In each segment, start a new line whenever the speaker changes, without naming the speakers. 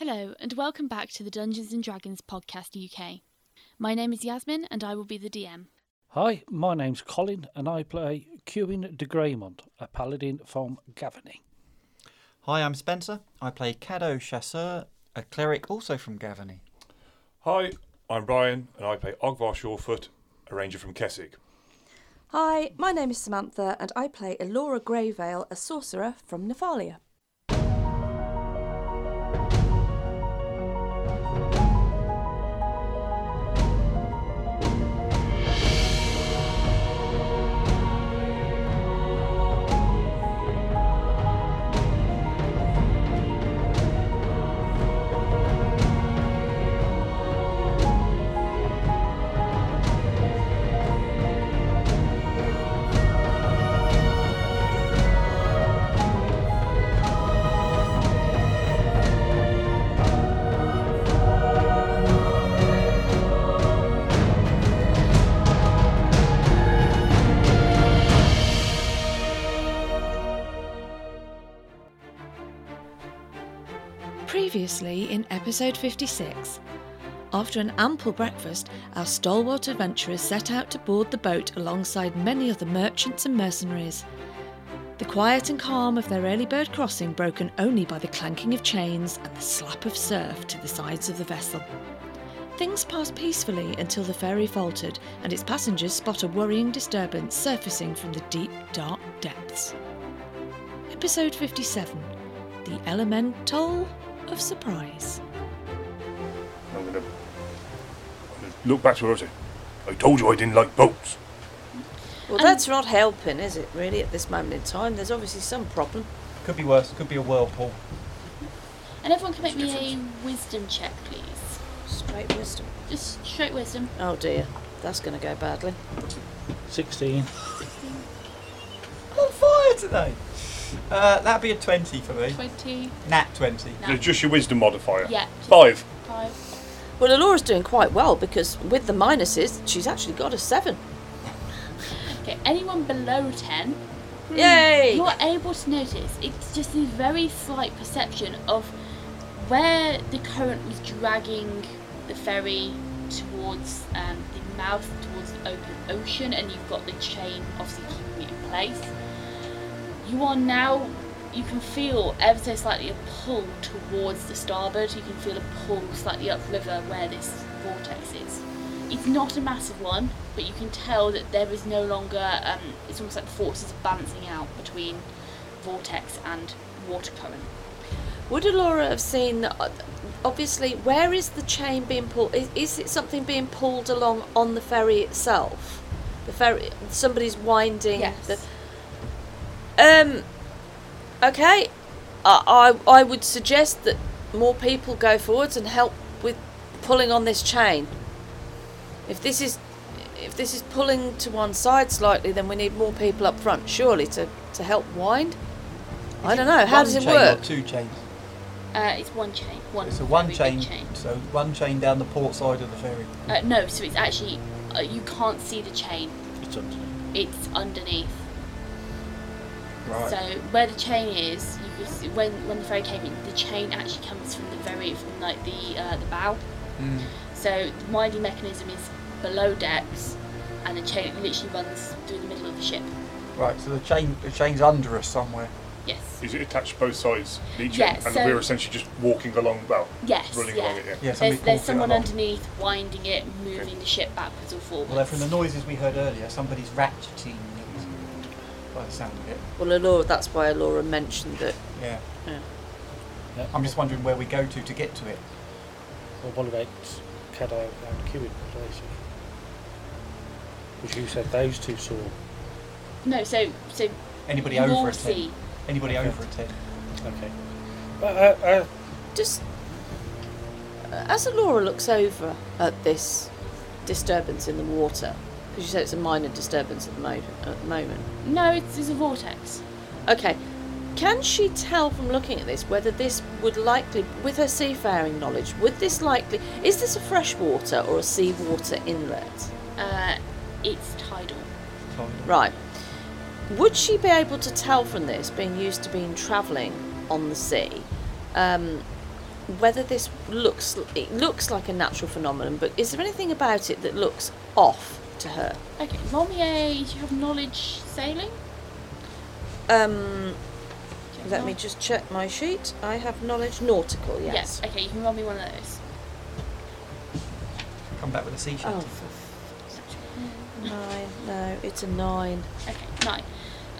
Hello, and welcome back to the Dungeons and Dragons Podcast UK. My name is Yasmin, and I will be the DM.
Hi, my name's Colin, and I play Cuin de Greymont, a paladin from Gavany.
Hi, I'm Spencer. I play Caddo Chasseur, a cleric also from Gavany.
Hi, I'm Brian, and I play Ogvar Shawfoot, a ranger from Keswick.
Hi, my name is Samantha, and I play Elora Greyvale, a sorcerer from Nephalia.
Previously in episode 56, after an ample breakfast, our stalwart adventurers set out to board the boat alongside many other merchants and mercenaries. The quiet and calm of their early bird crossing broken only by the clanking of chains and the slap of surf to the sides of the vessel. Things passed peacefully until the ferry faltered and its passengers spot a worrying disturbance surfacing from the deep, dark depths. Episode 57 The Elemental of Surprise.
I'm gonna look back to her and say, I told you I didn't like boats.
Well, that's not helping, is it, really, at this moment in time? There's obviously some problem.
Could be worse, could be a whirlpool.
And everyone can make me a wisdom check, please.
Straight wisdom.
Just straight wisdom.
Oh dear, that's going to go badly.
16.
I'm on fire today! Uh, that'd be a 20 for me.
20.
Nat 20.
No.
Just your wisdom modifier.
Yeah.
Five.
Five.
Well, Alora's doing quite well because with the minuses, she's actually got a seven.
Okay, anyone below 10,
Hmm.
Yay!
you're able to notice it's just a very slight perception of where the current was dragging the ferry towards um, the mouth, towards the open ocean, and you've got the chain obviously keeping it in place. You are now, you can feel ever so slightly a pull towards the starboard, you can feel a pull slightly upriver where this vortex is. It's not a massive one, but you can tell that there is no longer, um, it's almost like the forces are balancing out between vortex and water current.
Would Alora have seen that? uh, Obviously, where is the chain being pulled? Is, is it something being pulled along on the ferry itself? The ferry, somebody's winding.
Yes.
The, um. Okay, I, I I would suggest that more people go forwards and help with pulling on this chain. If this is if this is pulling to one side slightly, then we need more people up front, surely, to, to help wind. I don't
Oh,
know. How
One
does it
chain
work?
Or two chains.
Uh, it's one chain. One.
It's a one
very
chain,
big chain.
so one chain down the port side of the ferry.
Uh, no, so it's actually uh, you can't see the chain.
It's underneath.
It's underneath. So where the chain is, you can see, when when the ferry came in, the chain actually comes from the very from like the uh, the bow.
Mm.
So the winding mechanism is below decks, and the chain literally runs through the middle of the ship.
Right, so the chain the chain's under us somewhere.
Yes.
Is it attached both sides, each
Yeah,
end, and
so-
we're essentially just walking along, well,
Yes.
running
yeah.
along it, yeah.
Yeah,
There's,
somebody
there's
pulled it
someone
along.
underneath winding it, moving the ship backwards or forwards.
Although from the noises we heard earlier, somebody's ratcheting it by the sound of it.
Well, Alora, that's why Alora mentioned that.
Yeah.
Yeah.
Yeah.
I'm just wondering where we go to to get to it.
Well, what about Caddo and Cuin, basically? Because you said those two saw.
no, so so
Anybody
you
over
all
a 10?
see.
Anybody
Okay.
over a 10?
Okay. But, uh, uh,
Just uh, as Alora looks over at this disturbance in the water, because you said it's a minor disturbance at the, mo- at the moment.
No, it's, it's a vortex.
Okay, can she tell from looking at this whether this would likely, with her seafaring knowledge, would this likely is this a freshwater or a seawater inlet?
Uh, it's tidal.
Right. Would she be able to tell from this, being used to being travelling on the sea, um, whether this looks it looks like a natural phenomenon, but is there anything about it that looks off to her?
Okay, Romier, do you have knowledge sailing?
Um,
Do you have
let me
knowl-
just check my sheet. I have knowledge nautical. Yes.
Yeah, okay, you can roll me one of those.
Come back with a seashell.
Oh, for
Mm.
f- nine. No, it's a nine.
Okay, nine.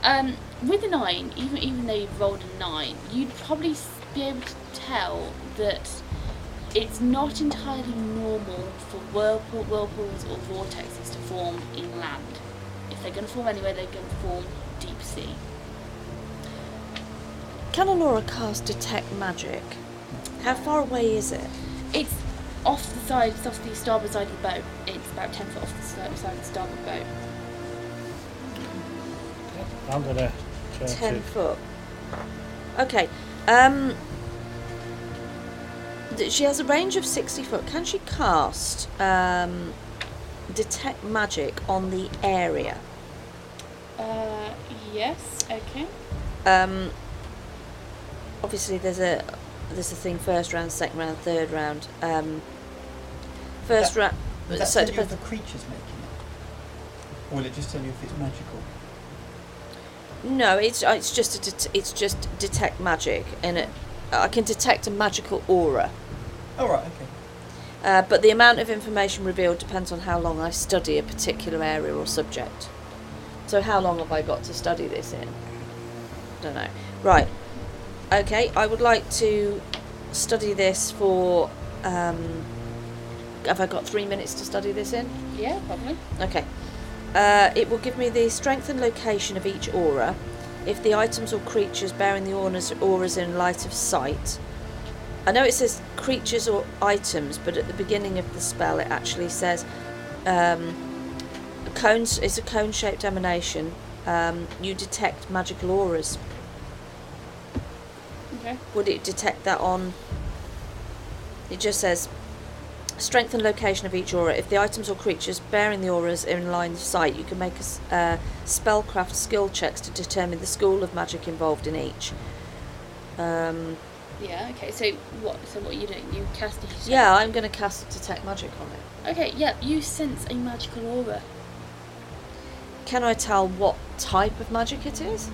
Um, with a nine, even even though you've rolled a nine, you'd probably s- be able to tell that it's not entirely normal for whirlpool, whirlpools or vortexes to form inland. If they're going to form anywhere, they're going to form deep sea.
Can Alora cast detect magic? How far away is it?
It's off the side, it's off the starboard side of the boat. It's about ten foot off the starboard side of the starboard boat.
I'm going to turn
Ten
to
foot. Okay. Um. th- She has a range of sixty foot. Can she cast um, detect magic on the area?
Uh, yes. Okay.
Um, obviously, there's a there's a thing first round, second round, third round. Um, first
That-
round.
Does that
So it
tell you if
depends.
the creature's making it? Or will it just tell you if it's magical?
No, it's uh, it's just a det- it's just detect magic, and it, Uh, I can detect a magical aura.
Alright, okay.
Uh, but the amount of information revealed depends on how long I study a particular area or subject. So how long have I got to study this in? Don't know. Right. Okay, I would like to study this for. Um, have I got three minutes to study this in?
Yeah, probably.
Okay. Uh, it will give me the strength and location of each aura. If the items or creatures bearing the auras, auras in light of sight. I know it says creatures or items, but at the beginning of the spell it actually says um, a cone, it's a cone shaped emanation. Um, you detect magical auras.
Okay.
Would it detect that on? It just says strength and location of each aura. If the items or creatures bearing the auras are in line of sight, you can make a s- uh, spellcraft skill checks to determine the school of magic involved in each. Um,
Yeah. Okay. So what? So what are you doing? You cast a
yeah, I'm going to cast detect magic on it.
Okay. Yeah. You sense a magical aura.
Can I tell what type of magic it is?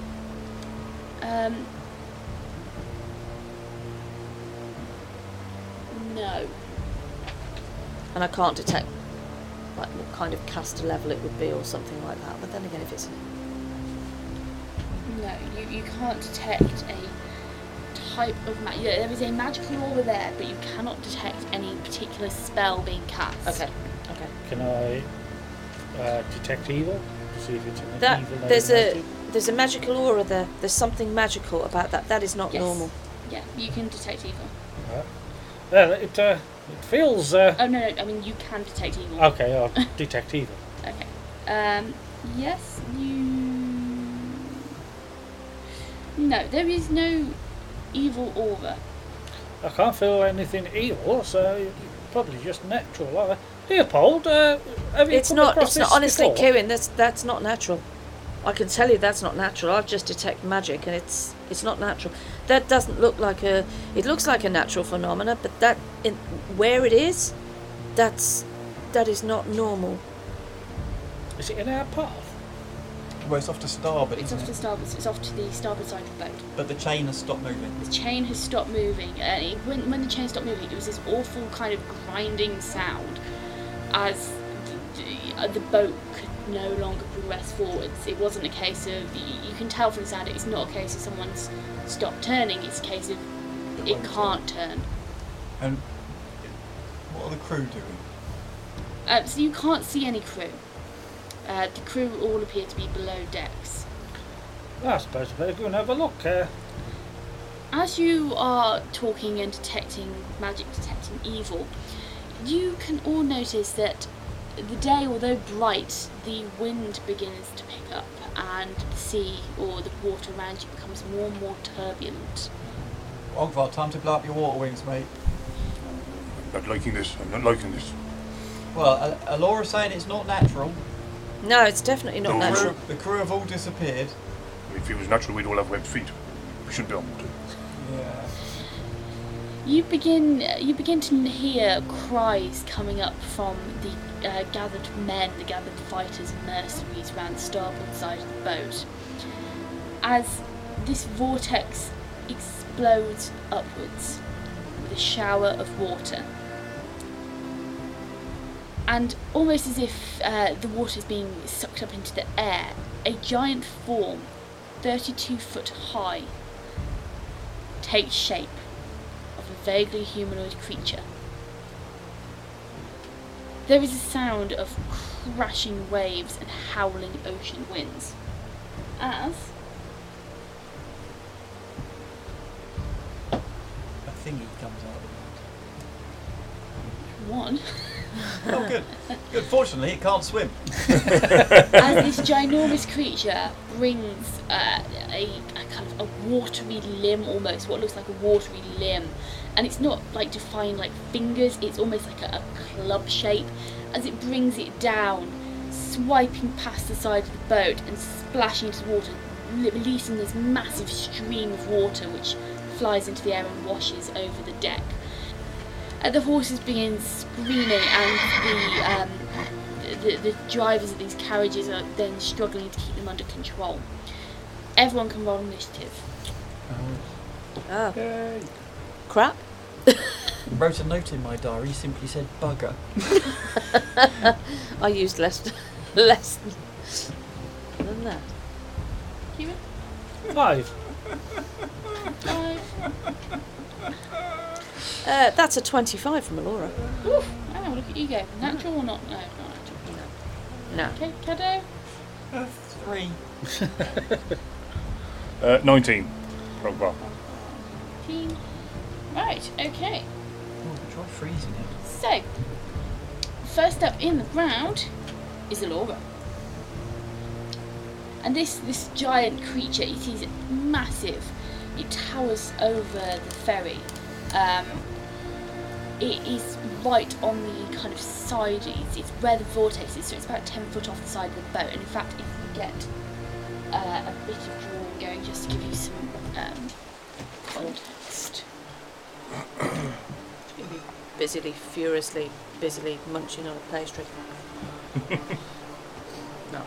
Um. No.
And I can't detect like what kind of caster level it would be or something like that. But then again, if it's
No. You you can't detect a type of magic. Yeah, there is a magical aura there, but you cannot detect any particular spell being cast.
okay, okay.
Can I uh, detect evil? See if it's an
That
evil
there's a
element.
there's a magical aura there. There's something magical about that. That is not
Yes.
normal.
Yeah. You can detect evil.
Well, it, uh, it feels. Uh,
Oh no. no I mean, you can detect evil.
okay, I'll detect evil.
Okay. Um, yes, you. No, there is no evil aura.
I can't feel anything evil, so it's probably just natural. Uh, Leopold, uh, have you
It's
come
not.
across
It's not.
this
Honestly,
before?
Kieran, that's that's not natural. I can tell you that's not natural. I've just detected magic, and it's it's not natural. That doesn't look like a. It looks like a natural phenomena, but that in, where it is, that's that is not normal.
Is it in our path?
Well, it's off to starboard,
It's
isn't
off to
it?
starboard. It's off to the starboard side of the boat.
But the chain has stopped moving.
The chain has stopped moving, and it, when when the chain stopped moving, it was this awful kind of grinding sound, as the, the, uh, the boat could no longer progress forwards. It wasn't a case of y- you can tell from the sound. It's not a case of someone's stopped turning. It's a case of it
won't
can't turn.
And what are the crew doing?
Uh, so you can't see any crew. Uh, the crew all appear to be below decks.
Ah, I suppose we better go and have a look. Uh,
As you are talking and detecting magic, detecting evil, you can all notice that the day, although bright, the wind begins to pick up and the sea or the water around you becomes more and more turbulent.
Ogvar, Oh, time to blow up your water wings, mate.
I'm not liking this. I'm not liking this.
Well, Al- Alora's saying it's not natural.
No, it's definitely not
No.
The
natural.
crew, the crew have all disappeared.
If it was natural, we'd all have webbed feet. We should be on water.
Yeah.
You begin. You begin to hear cries coming up from the uh, gathered men, the gathered fighters and mercenaries round the starboard side of the boat, as this vortex explodes upwards with a shower of water, and almost as if uh, the water is being sucked up into the air, a giant form, 32 foot high, takes shape of a vaguely humanoid creature. There is a sound of crashing waves and howling ocean winds. As
A thingy comes out
one,
of it. Oh, good. Good. Fortunately, it can't swim.
as this ginormous creature brings uh, a, a kind of a watery limb, almost what looks like a watery limb, and it's not like defined like fingers; it's almost like a, a club shape. As it brings it down, swiping past the side of the boat and splashing into the water, li- releasing this massive stream of water which flies into the air and washes over the deck. Uh, the horses begin screaming, and the um, the, the drivers of these carriages are then struggling to keep them under control. Everyone can roll initiative.
Oh,
Yay.
crap.
Wrote a note in my diary. Simply said bugger.
I used less, less than that.
Human?
Five.
Five.
Uh, that's a 25 from Alora.
Oof, wow, look at you go. Natural or not? No, not natural.
No.
Okay, Kado?
A three.
Uh, 19. Progbar.
15. Right, okay.
Oh, try freezing it.
So, first up in the round is Alora. And this, this giant creature, it is massive. It towers over the ferry. Um, it is right on the kind of side, it's, it's where the vortex is, so it's about 10 foot off the side of the boat. And in fact, if you get uh, a bit of drawing going, just to give you some um, context.
Busily, furiously, busily munching on a pastry. no.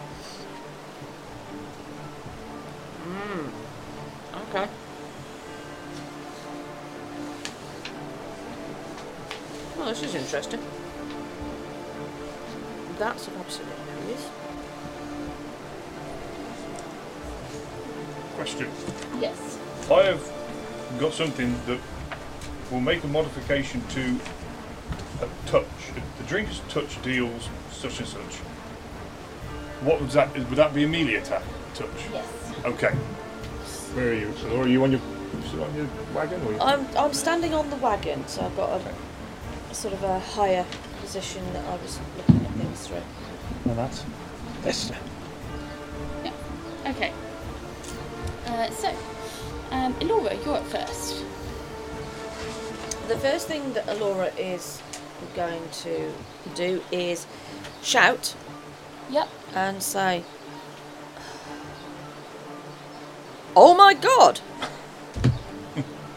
Mm. Okay. Well, this is interesting. That's an absolute noise.
Question.
Yes.
I have got something that will make a modification to a touch. If the drinker's touch deals such and such. What was that? Would that be a melee attack? Touch.
Yes.
Okay. Where are you? So are you on your, still on your wagon? Or you?
I'm I'm standing on the wagon, so I've got a, sort of a higher position that I was looking at things through.
And that's this.
Okay. Uh, so, um, Elora, you're up first.
The first thing that Alora is going to do is shout
Yep.
and say, "Oh my God!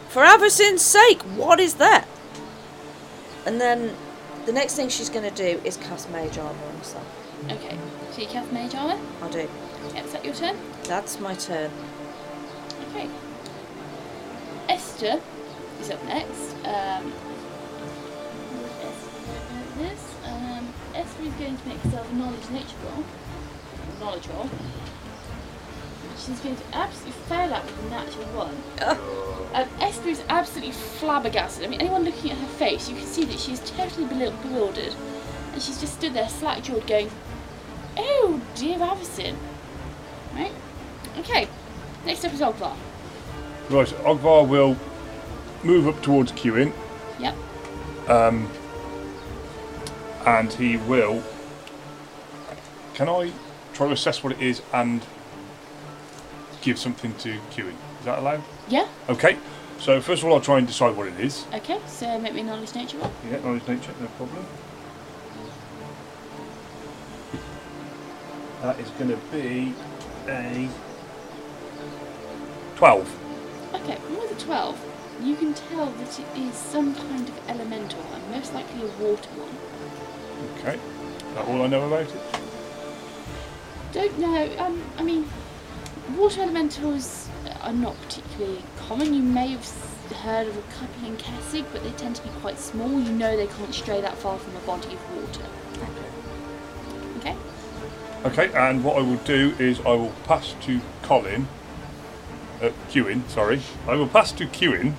For Avacyn's sake, what is that?" And then the next thing she's going to do is cast Mage Armor on herself.
Okay. So you cast mage armor.
I do.
Yep. Is that your turn?
That's my turn.
Okay. Esther is up next. Um, Esther, this. Um, Esther is going to make herself a knowledge nature roll. Knowledge roll. She's going to absolutely fail that with a natural one. Um, Esther is absolutely flabbergasted. I mean, anyone looking at her face, you can see that she's totally bel- bewildered. And she's just stood there, slack jawed, going, Oh dear, Avison. Right? Okay. Next up is Ogvar.
Right, Ogvar will move up towards Qin
Yep.
and he will. Can I try to assess what it is and give something to Qin? Is that allowed?
Yeah.
Okay, so first of all, I'll try and decide what it is.
Okay. So make me a knowledge nature roll.
Yeah, knowledge nature, no problem. That is going to be a 12.
Okay. What was a twelve? You can tell that it is some kind of elemental, and most likely a water one.
Okay. That's all I know about it.
Don't know. Um, I mean, water elementals are not particularly common. You may have s- heard of a couple in Kessig, but they tend to be quite small. You know they can't stray that far from a body of water. Okay.
Okay, and what I will do is I will pass to Colin, uh, Kewin, sorry. I will pass to Kewin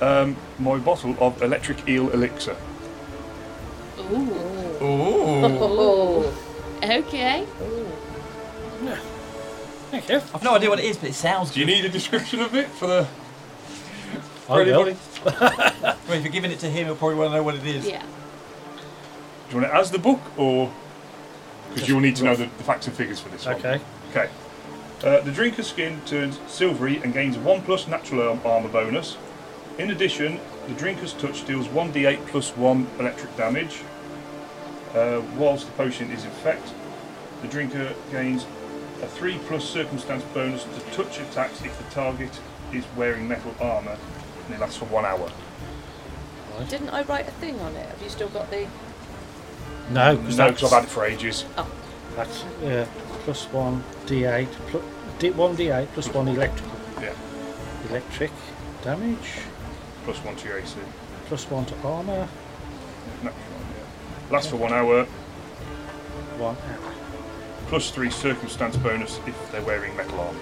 um, my bottle of electric eel elixir.
Ooh.
Ooh.
Okay.
Thank you.
I've no idea what it is, but it sounds
Do you
good.
need a description of it for the
I will.
anybody?
Well, if you're giving it to him, he'll probably want to know what it is.
Yeah.
Do you want it as the book or? Because you'll need to know the, the facts and figures for this one.
Okay.
Okay. Uh, the drinker's skin turns silvery and gains a 1 plus natural arm- armor bonus. In addition, the drinker's touch deals 1d8 plus 1 electric damage. Uh, whilst the potion is in effect, the drinker gains a 3 plus circumstance bonus to touch attacks if the target is wearing metal armor and it lasts for one hour.
Didn't I write a thing on it? Have you still got the?
No, because
No, because I've had it for ages.
That's yeah, plus one d8, plus d one d8 plus one electrical,
Yeah,
electric damage,
plus 1 to your AC.
plus one to armor,
Natural, yeah. Lasts for one hour,
one hour.
plus 3 circumstance bonus if they're wearing metal armor.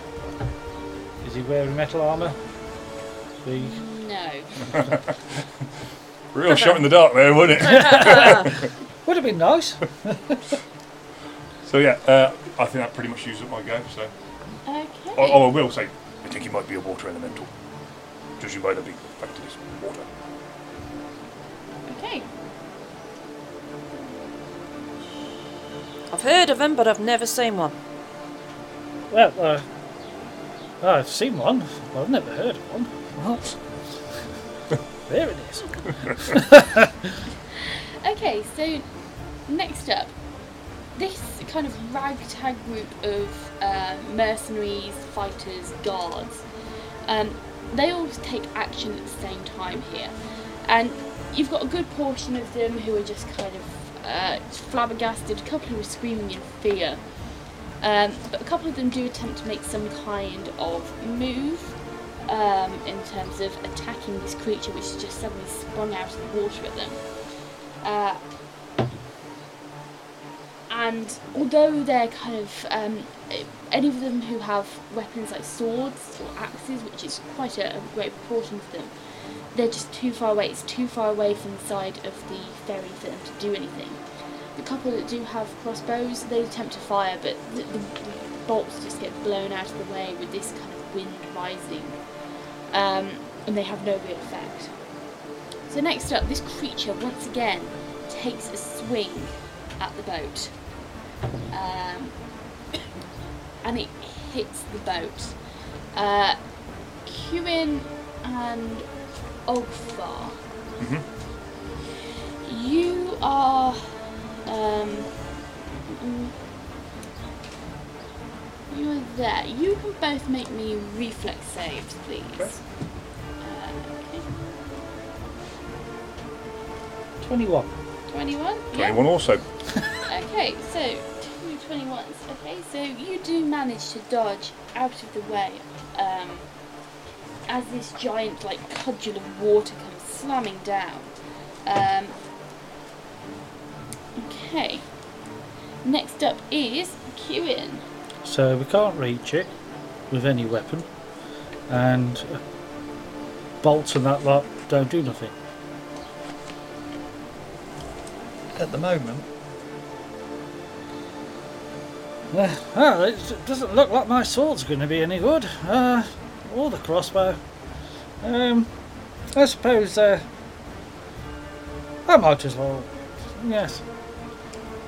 Is he wearing metal armor? The
No.
Real shot in the dark there, wasn't it?
would have been nice.
so yeah, uh, I think that pretty much used up my go. So,
Okay.
oh, oh, I will say, I think it might be a water elemental, judging by the big fact it is water.
Okay.
I've heard of them, but I've never seen one.
Well, uh, oh, I've seen one. I've never heard of one. What? there it is.
Okay, so next up, this kind of ragtag group of uh, mercenaries, fighters, guards, um, they all take action at the same time here. And you've got a good portion of them who are just kind of uh, flabbergasted, a couple who are screaming in fear. Um, but a couple of them do attempt to make some kind of move um, in terms of attacking this creature which has just suddenly sprung out of the water at them. Uh, and although they're kind of um, eh, any of them who have weapons like swords or axes, which is quite a, a great proportion of them, they're just too far away. It's too far away from the side of the ferry for them to do anything. The couple that do have crossbows, they attempt to fire, but the, the, the bolts just get blown out of the way with this kind of wind rising, um, and they have no real effect. So next up, this creature once again takes a swing at the boat, um, and it hits the boat. Uh, Qin and Ogfar, you are. Um, mm, you are there. You can both make me reflex saves, please.
Okay.
Uh, okay.
Twenty-one.
21? Yeah.
Anyone also?
Okay, so two 21s. Okay, so you do manage to dodge out of the way um, as this giant, like, cudgel of water comes slamming down. Um, okay. Next up is Qin.
So we can't reach it with any weapon, and bolts and that lot don't do nothing.
At the moment,
Uh, well, it d- doesn't look like my sword's going to be any good, uh, or the crossbow. Um, I suppose uh, I might as well. Yes.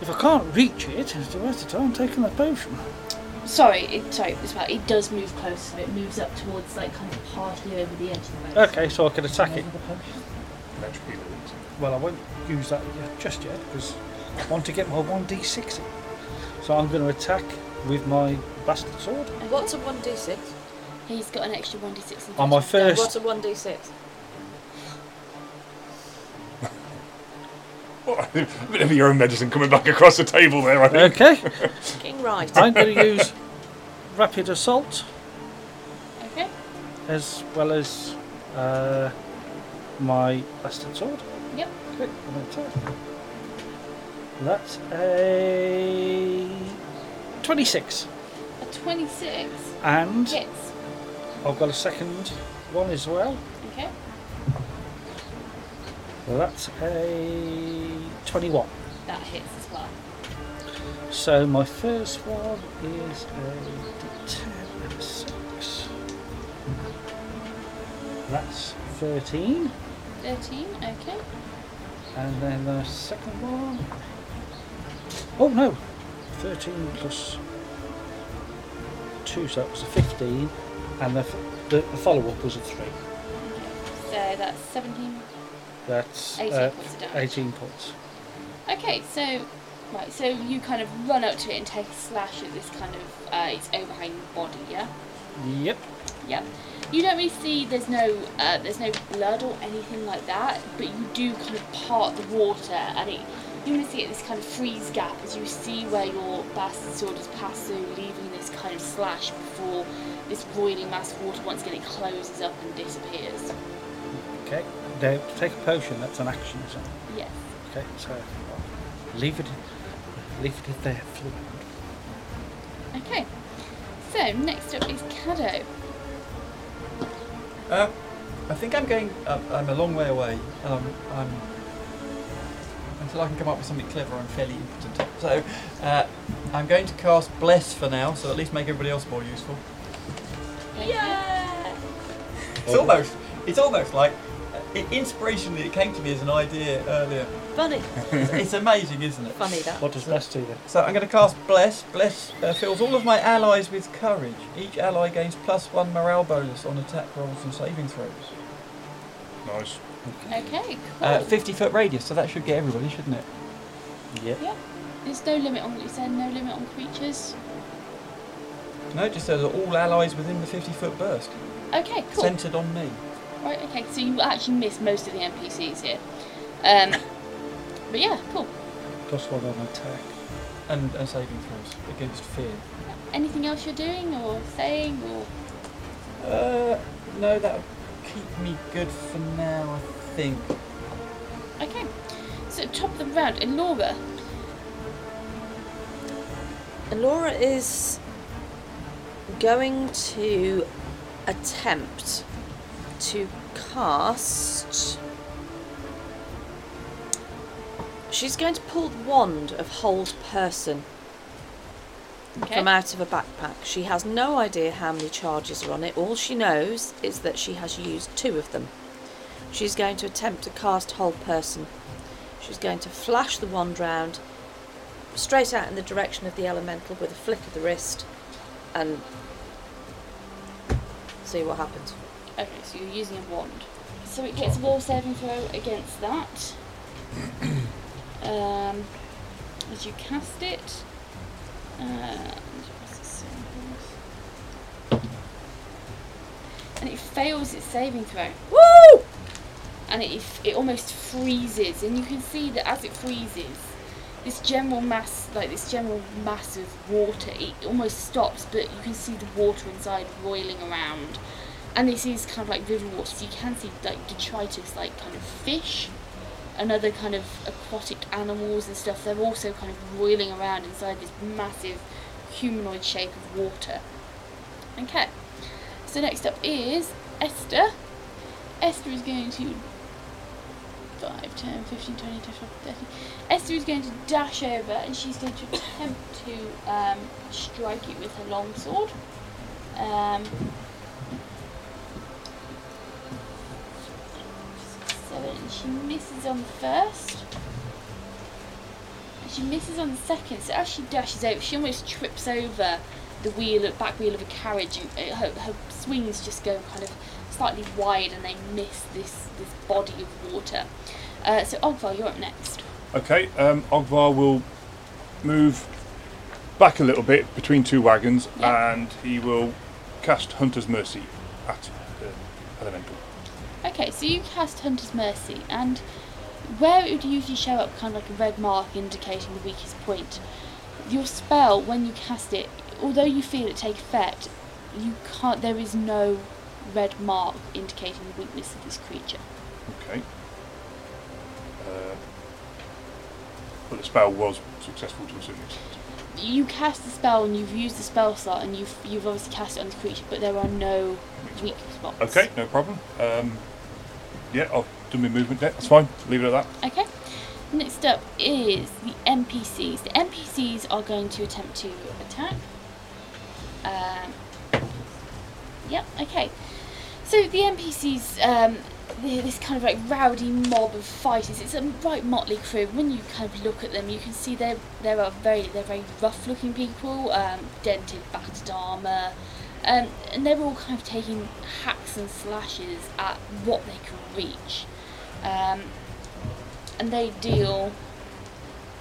If I can't reach it, it's a waste of time taking the potion.
Sorry, it, sorry, as well. It does move closer. It moves up towards, like, kind of partly over the edge of the boat.
Okay, so I can attack it.
Electric eel elixir.
Well, I won't use that yet, just yet because I want to get my 1d6 in. So I'm going to attack with my bastard sword
What's a one d six?
He's got an extra 1d6 and
on my
thirty.
first
What's a one d six?
a bit of your own medicine coming back across the table there, I think.
Okay,
Fucking right.
I'm going to use rapid assault
Okay.
as well as uh, my blasted sword.
Yep.
Okay, I'm gonna attack. That's a 26,
A 26
and
hits.
I've got a second one as well.
Okay.
That's a 21.
That hits as well.
So my first one is a d10 and a 6. That's 13.
13. Okay.
And then the second one. Oh no! 13 plus 2, so that was a 15. And the, f- the, the follow up was a 3.
So that's 17.
That's
18
uh,
points of damage.
18 points.
Okay, so right, so you kind of run up to it and take a slash at this kind of uh, its overhanging body, yeah,
Yep.
yep. You don't really see there's no uh, there's no blood or anything like that, but you do kind of part the water, and it you almost get this kind of freeze gap as you see where your bastard sword has passed through, leaving this kind of slash before this boiling mass of water once again it closes up and disappears.
Okay. Now, to take a potion, that's an action, isn't it?
Yes.
Okay, so leave it, leave it there for the moment.
Okay. So next up is Caddo.
Uh, I think I'm going. Uh, I'm a long way away. Um, I'm until I can come up with something clever. I'm fairly impotent. So uh, I'm going to cast bless for now, so at least make everybody else more useful.
Yeah.
It's almost. It's almost like uh, it, inspirationally it came to me as an idea earlier.
Funny.
It's, it's amazing, isn't it?
Funny that.
What does that do then?
So I'm going to cast bless. Bless uh, fills all of my allies with courage. Each ally gains plus one morale bonus on attack rolls and saving throws.
Nice.
Okay. Cool.
Uh, 50 foot radius, so that should get everybody, shouldn't it?
Yep.
There's no limit on. Is there no limit on creatures?
No, it just says all allies within the 50 foot burst,
Okay, cool.
centered on me.
Right. Okay, so you actually miss most of the NPCs here. Um, but yeah, cool.
Plus one on attack.
And, and saving throws against fear.
Anything else you're doing or saying or?
Uh, no, that'll keep me good for now, I think.
Okay. So top of the round, Elora.
And Laura is going to attempt to cast. She's going to pull the wand of Hold Person
Okay.
from out of a backpack. She has no idea how many charges are on it. All she knows is that she has used two of them. She's going to attempt to cast Hold Person. She's going to flash the wand round straight out in the direction of the elemental with a flick of the wrist and see what happens.
Okay, so you're using a wand. So it gets a will saving throw against that. um, as you cast it. And, what's the saving throws? and it fails its saving throw.
Woo!
And it, it almost freezes. And you can see that as it freezes, this general mass, like this general mass of water, it almost stops, but you can see the water inside roiling around. And this is kind of like river water, so you can see like detritus, like kind of fish and other kind of aquatic animals and stuff. They're also kind of roiling around inside this massive humanoid shape of water. Okay, so next up is Esther. Esther is going to 5, 10, 15, 20, 25, 30. Esther is going to dash over and she's going to attempt to um, strike it with her longsword. Um, seven. She misses on the first. And She misses on the second. So as she dashes over, she almost trips over the wheel, back wheel of a carriage, and uh, her, her swings just go kind of slightly wide, and they miss this this body of water. Uh, so Ogvar, you're up next.
Okay, um, Ogvar will move back a little bit between two wagons
Yeah.
and he will cast Hunter's Mercy at the elemental.
Okay, so you cast Hunter's Mercy, and where it would usually show up kind of like a red mark indicating the weakest point, your spell when you cast it, although you feel it take effect, you can't. There is no red mark indicating the weakness of this creature.
Okay. Uh, but the spell was successful to a certain extent.
You cast the spell and you've used the spell slot and you've you've obviously cast it on this creature, but there are no weak spots.
Okay, no problem. Um, yeah, I've done my movement there. That's fine. Leave it at that.
Okay. Next up is the NPCs. The NPCs are going to attempt to attack. Um, yep. Okay. So the NPCs, um, they're this kind of like rowdy mob of fighters. It's a right motley crew. When you kind of look at them, you can see they they are very they're very rough looking people, um, dented, battered armor, um, and they're all kind of taking hacks and slashes at what they can reach. Um, and they deal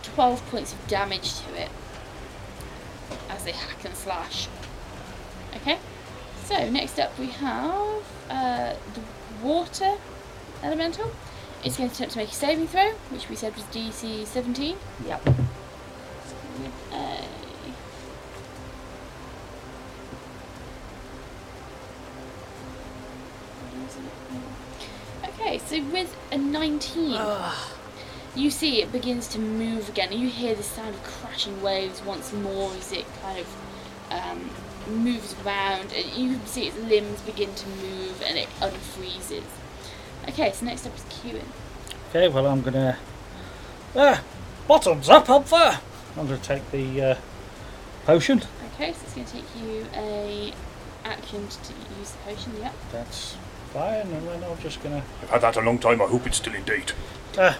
12 points of damage to it as they hack and slash. Okay, so next up we have uh, the water elemental. It's going to attempt to make a saving throw, which we said was DC 17. Yep. Uh, Okay, so with a 19, you see it begins to move again, and you hear the sound of crashing waves once more as it kind of um, moves around, and you can see its limbs begin to move and it unfreezes. Okay, so next up is Kewen.
Okay, well, I'm gonna. Ah, bottoms up up there! I'm gonna take the uh, potion.
Okay, so it's going to take you a action to t- use the potion, yep.
That's fine, and then I'm just gonna.
I've had that a long time. I hope it's still in date.
Uh,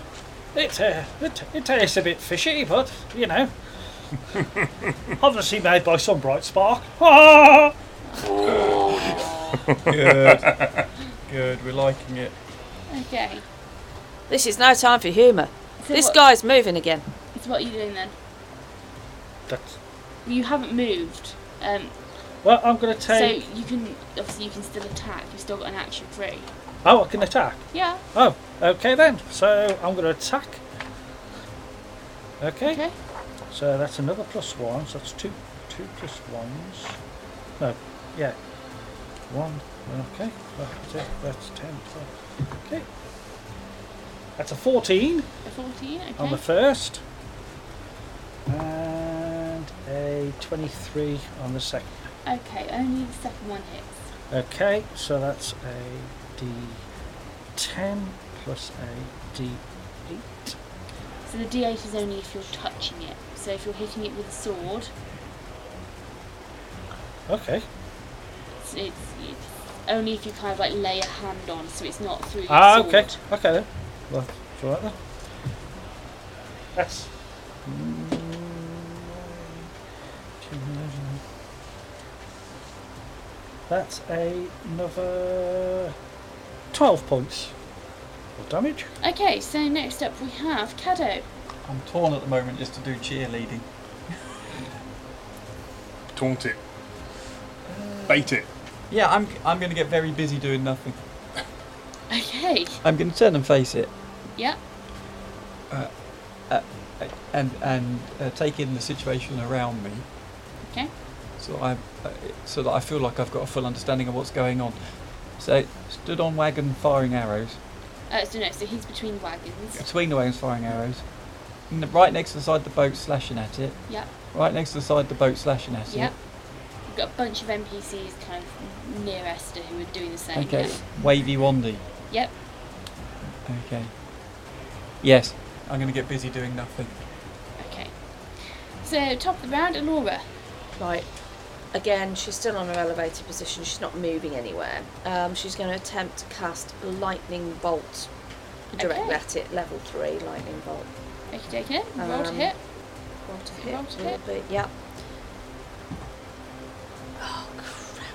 it, uh, it, it tastes a bit fishy, but, you know. Obviously made by some bright spark. Ah!
Good. Good. We're liking it.
Okay,
This is no time for humour.
so
This
what-
guy's moving again.
So what are you doing then?
That's,
You haven't moved. Um,
well, I'm gonna
so
take.
you can obviously you can still attack. You've still got an action free.
oh, I can attack.
Yeah.
Oh, okay then. So I'm gonna attack. Okay.
Okay.
So that's another plus one. So that's two, two plus ones. No, yeah, one. Okay, that's, it. that's ten. so- Okay, that's a fourteen
A fourteen. Okay.
on the first, and a twenty-three on the second.
Okay. Only the second one hits.
Okay, so that's a D10 plus a D8.
So the D8 is only if you're touching it. So if you're hitting it with a sword,
Okay.
it's, it's, it's only if you kind of like lay a hand on. So it's not through your
Ah,
sword.
okay. Okay then. Well, it's all right then. That's. Mm. That's a- another 12 points of damage.
Okay. So next up we have Caddo.
I'm torn at the moment just to do cheerleading.
Taunt it. Bait it.
Yeah, I'm. I'm going to get very busy doing nothing.
Okay.
I'm going to turn and face it,
Yeah.
uh, and and uh, take in the situation around me,
Okay.
so I, uh, so that I feel like I've got a full understanding of what's going on. So stood on wagon firing arrows,
Uh, so no. So he's between wagons.
between the wagons firing arrows, n- right next to the side of the boat slashing at it,
Yeah.
right next to the side of the boat slashing at
Yep.
it.
We've got a bunch of NPCs kind of near Esther who are doing the same.
Okay,
yeah.
wavy wandy.
Yep.
Okay. Yes, I'm going to get busy doing nothing.
Okay. So top of the round, Alora.
Right. Again, she's still on her elevated position. She's not moving anywhere. Um, she's going to attempt to cast a lightning bolt directly
Okay.
at it, level three lightning bolt.
Okay, take it. Roll to
Um,
hit.
Roll to hit.
Roll to
will
hit.
be- Yep. Oh crap!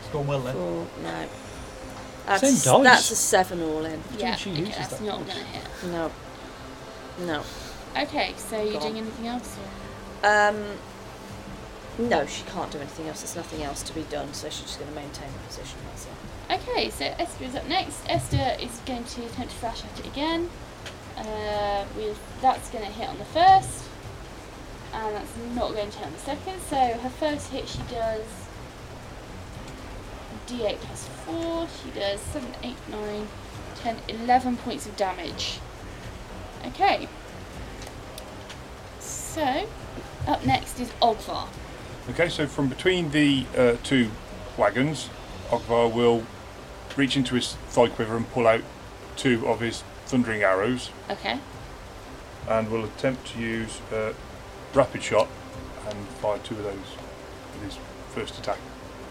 It's gone well then.
Oh, no. That's,
dice.
that's a seven all in.
Yeah.
she
Okay,
uses
that's
that
not
force?
gonna hit.
No. No.
Okay. So you
Go
doing
on.
anything else?
Um, no, she can't do anything else. There's nothing else to be done, so she's just going to maintain her position. That's it.
Okay. Okay, so Esther is up next. Esther is going to attempt to flash at it again. Uh, with that's going to hit on the first, and that's not going to hit on the second. So her first hit, she does d8 plus four. She does seven, eight, nine, ten, eleven points of damage. Okay. So up next is Ogvar.
Okay, so from between the uh, two wagons, Ogvar will reach into his thigh quiver and pull out two of his thundering arrows,
Okay.
and will attempt to use uh, rapid shot and fire two of those with his first attack.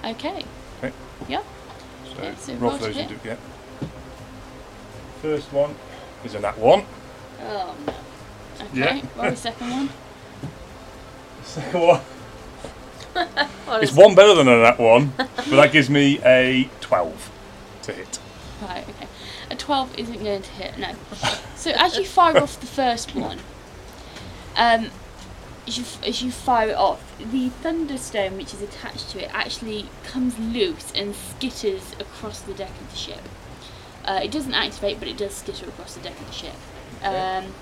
Okay.
Okay.
Yeah.
So,
Okay, so roll
roll for
to
those who
hit.
do, yeah. First one is a nat one.
Oh no. Okay.
Yeah.
Roll the second one.
Second one.
Well,
uh, It's one better than a nat one, but that gives me a twelve to hit.
Right, okay. A 12 isn't going to hit, no. So as you fire off the first one, um, as you, f- as you fire it off, the thunderstone which is attached to it actually comes loose and skitters across the deck of the ship. Uh, it doesn't activate, but it does skitter across the deck of the ship. Um,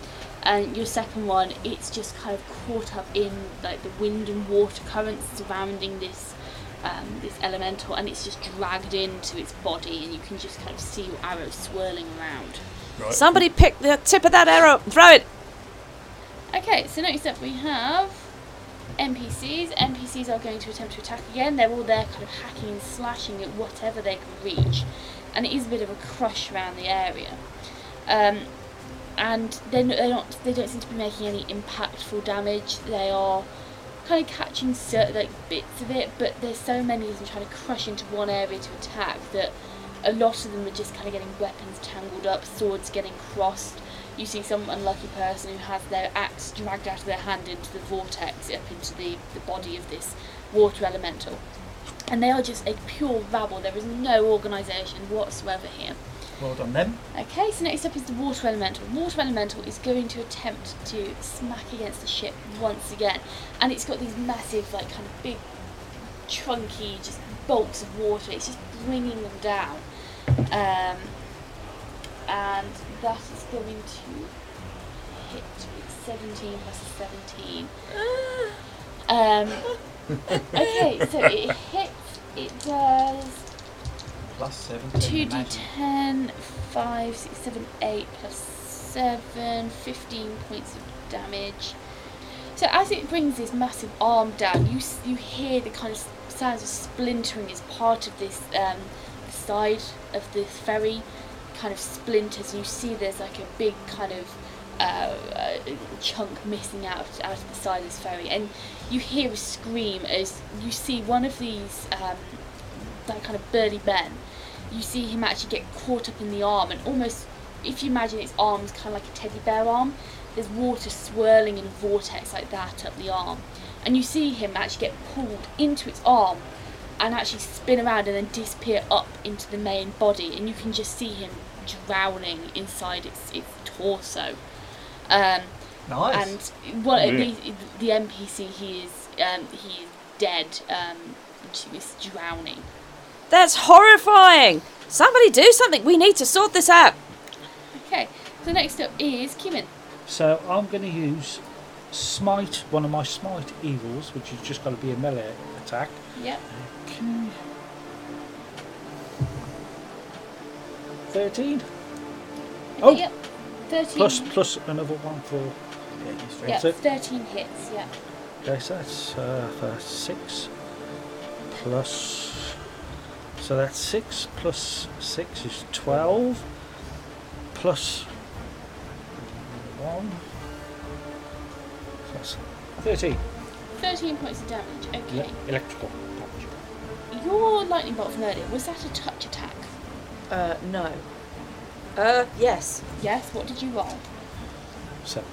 and your second one, it's just kind of caught up in like the wind and water currents surrounding this um, this elemental, and it's just dragged into its body, and you can just kind of see your arrow swirling around.
Right.
Somebody pick the tip of that arrow, and throw it.
Okay, so next up we have NPCs. NPCs are going to attempt to attack again. They're all there kind of hacking and slashing at whatever they can reach. And it is a bit of a crush around the area. Um, and they're not, they're not, they don't seem to be making any impactful damage. They are kind of catching certain like bits of it, but there's so many of them trying to crush into one area to attack that a lot of them are just kind of getting weapons tangled up, swords getting crossed. You see some unlucky person who has their axe dragged out of their hand into the vortex, up into the, the body of this water elemental. And they are just a pure rabble. There is no organisation whatsoever here.
Well done, them.
Okay, so next up is the water elemental. Water elemental is going to attempt to smack against the ship once again, and it's got these massive, like kind of big, chunky, just bolts of water. It's just bringing them down, um, and that is going to hit with 17 plus 17. Um, okay, so it hits. It does
Plus seven.
2d10, 5, 6, 7, 8, plus 7, 15 points of damage. So as it brings this massive arm down, you s- you hear the kind of s- sounds of splintering as part of this um, side of the ferry kind of splinters. You see there's like a big kind of uh, uh, chunk missing out of, out of the side of this ferry, and you hear a scream as you see one of these um, that kind of burly men. You see him actually get caught up in the arm, and almost if you imagine its arms kind of like a teddy bear arm, there's water swirling in a vortex like that up the arm, and you see him actually get pulled into its arm and actually spin around and then disappear up into the main body, and you can just see him drowning inside its its torso. Um,
Nice.
and well, at
Yeah.
least the NPC he is um, he is dead. Um, she was drowning.
That's horrifying. Somebody do something. We need to sort this out.
Okay, so next up is Kimin.
So I'm going to use smite, one of my smite evils, which is just got to be a melee attack.
Yep.
Okay. Thirteen Oh.
Yep. Thirteen.
plus plus another one for
Okay, you straight.
Yep.
so-
Thirteen hits. Yep.
Okay, so that's uh, for six plus. So that's six plus six is twelve plus one. So that's thirteen.
Thirteen points of damage. Okay.
Ele- electrical damage.
Your lightning bolt from earlier was that a touch attack?
Uh, no. Uh, yes.
Yes. What did you roll?
So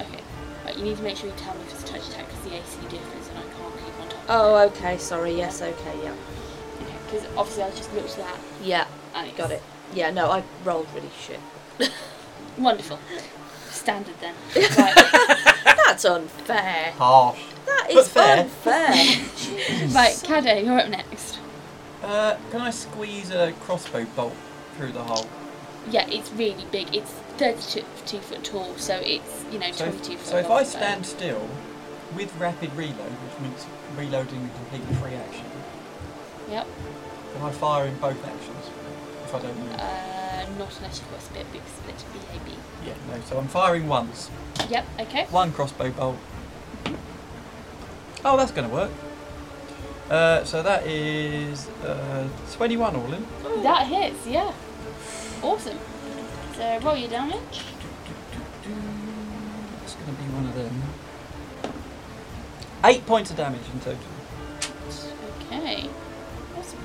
Okay. Right, you need to make sure you tell me if it's a touch attack because the AC difference, and I can't keep on top. of
Oh,
it.
okay. Sorry. Yes. Okay. Yeah.
Oh.
Okay. Because obviously I just looked at that.
Yeah.
And it's
Got it. Yeah. No, I rolled really shit.
Wonderful. Standard then. right.
That's unfair.
Harsh.
That
But
is
fair.
unfair.
right. Cade, you're up next.
Uh, can I squeeze a crossbow bolt through the hole?
Yeah, it's really big. It's 32 two foot tall, so it's, you know,
So,
22 foot
so if
long,
I stand still with rapid reload, which means reloading a completely free action,
Yep.
can I fire in both actions if I don't move?
Uh, not unless you've got split, big split BAB.
yeah, no. So I'm firing once.
Yep, okay.
One crossbow bolt. Oh, that's going to work. Uh, so that is uh, 21 all in.
That hits, yeah. Awesome. So roll your damage.
It's going to be one of them. Eight points of damage in total.
Okay. Awesome.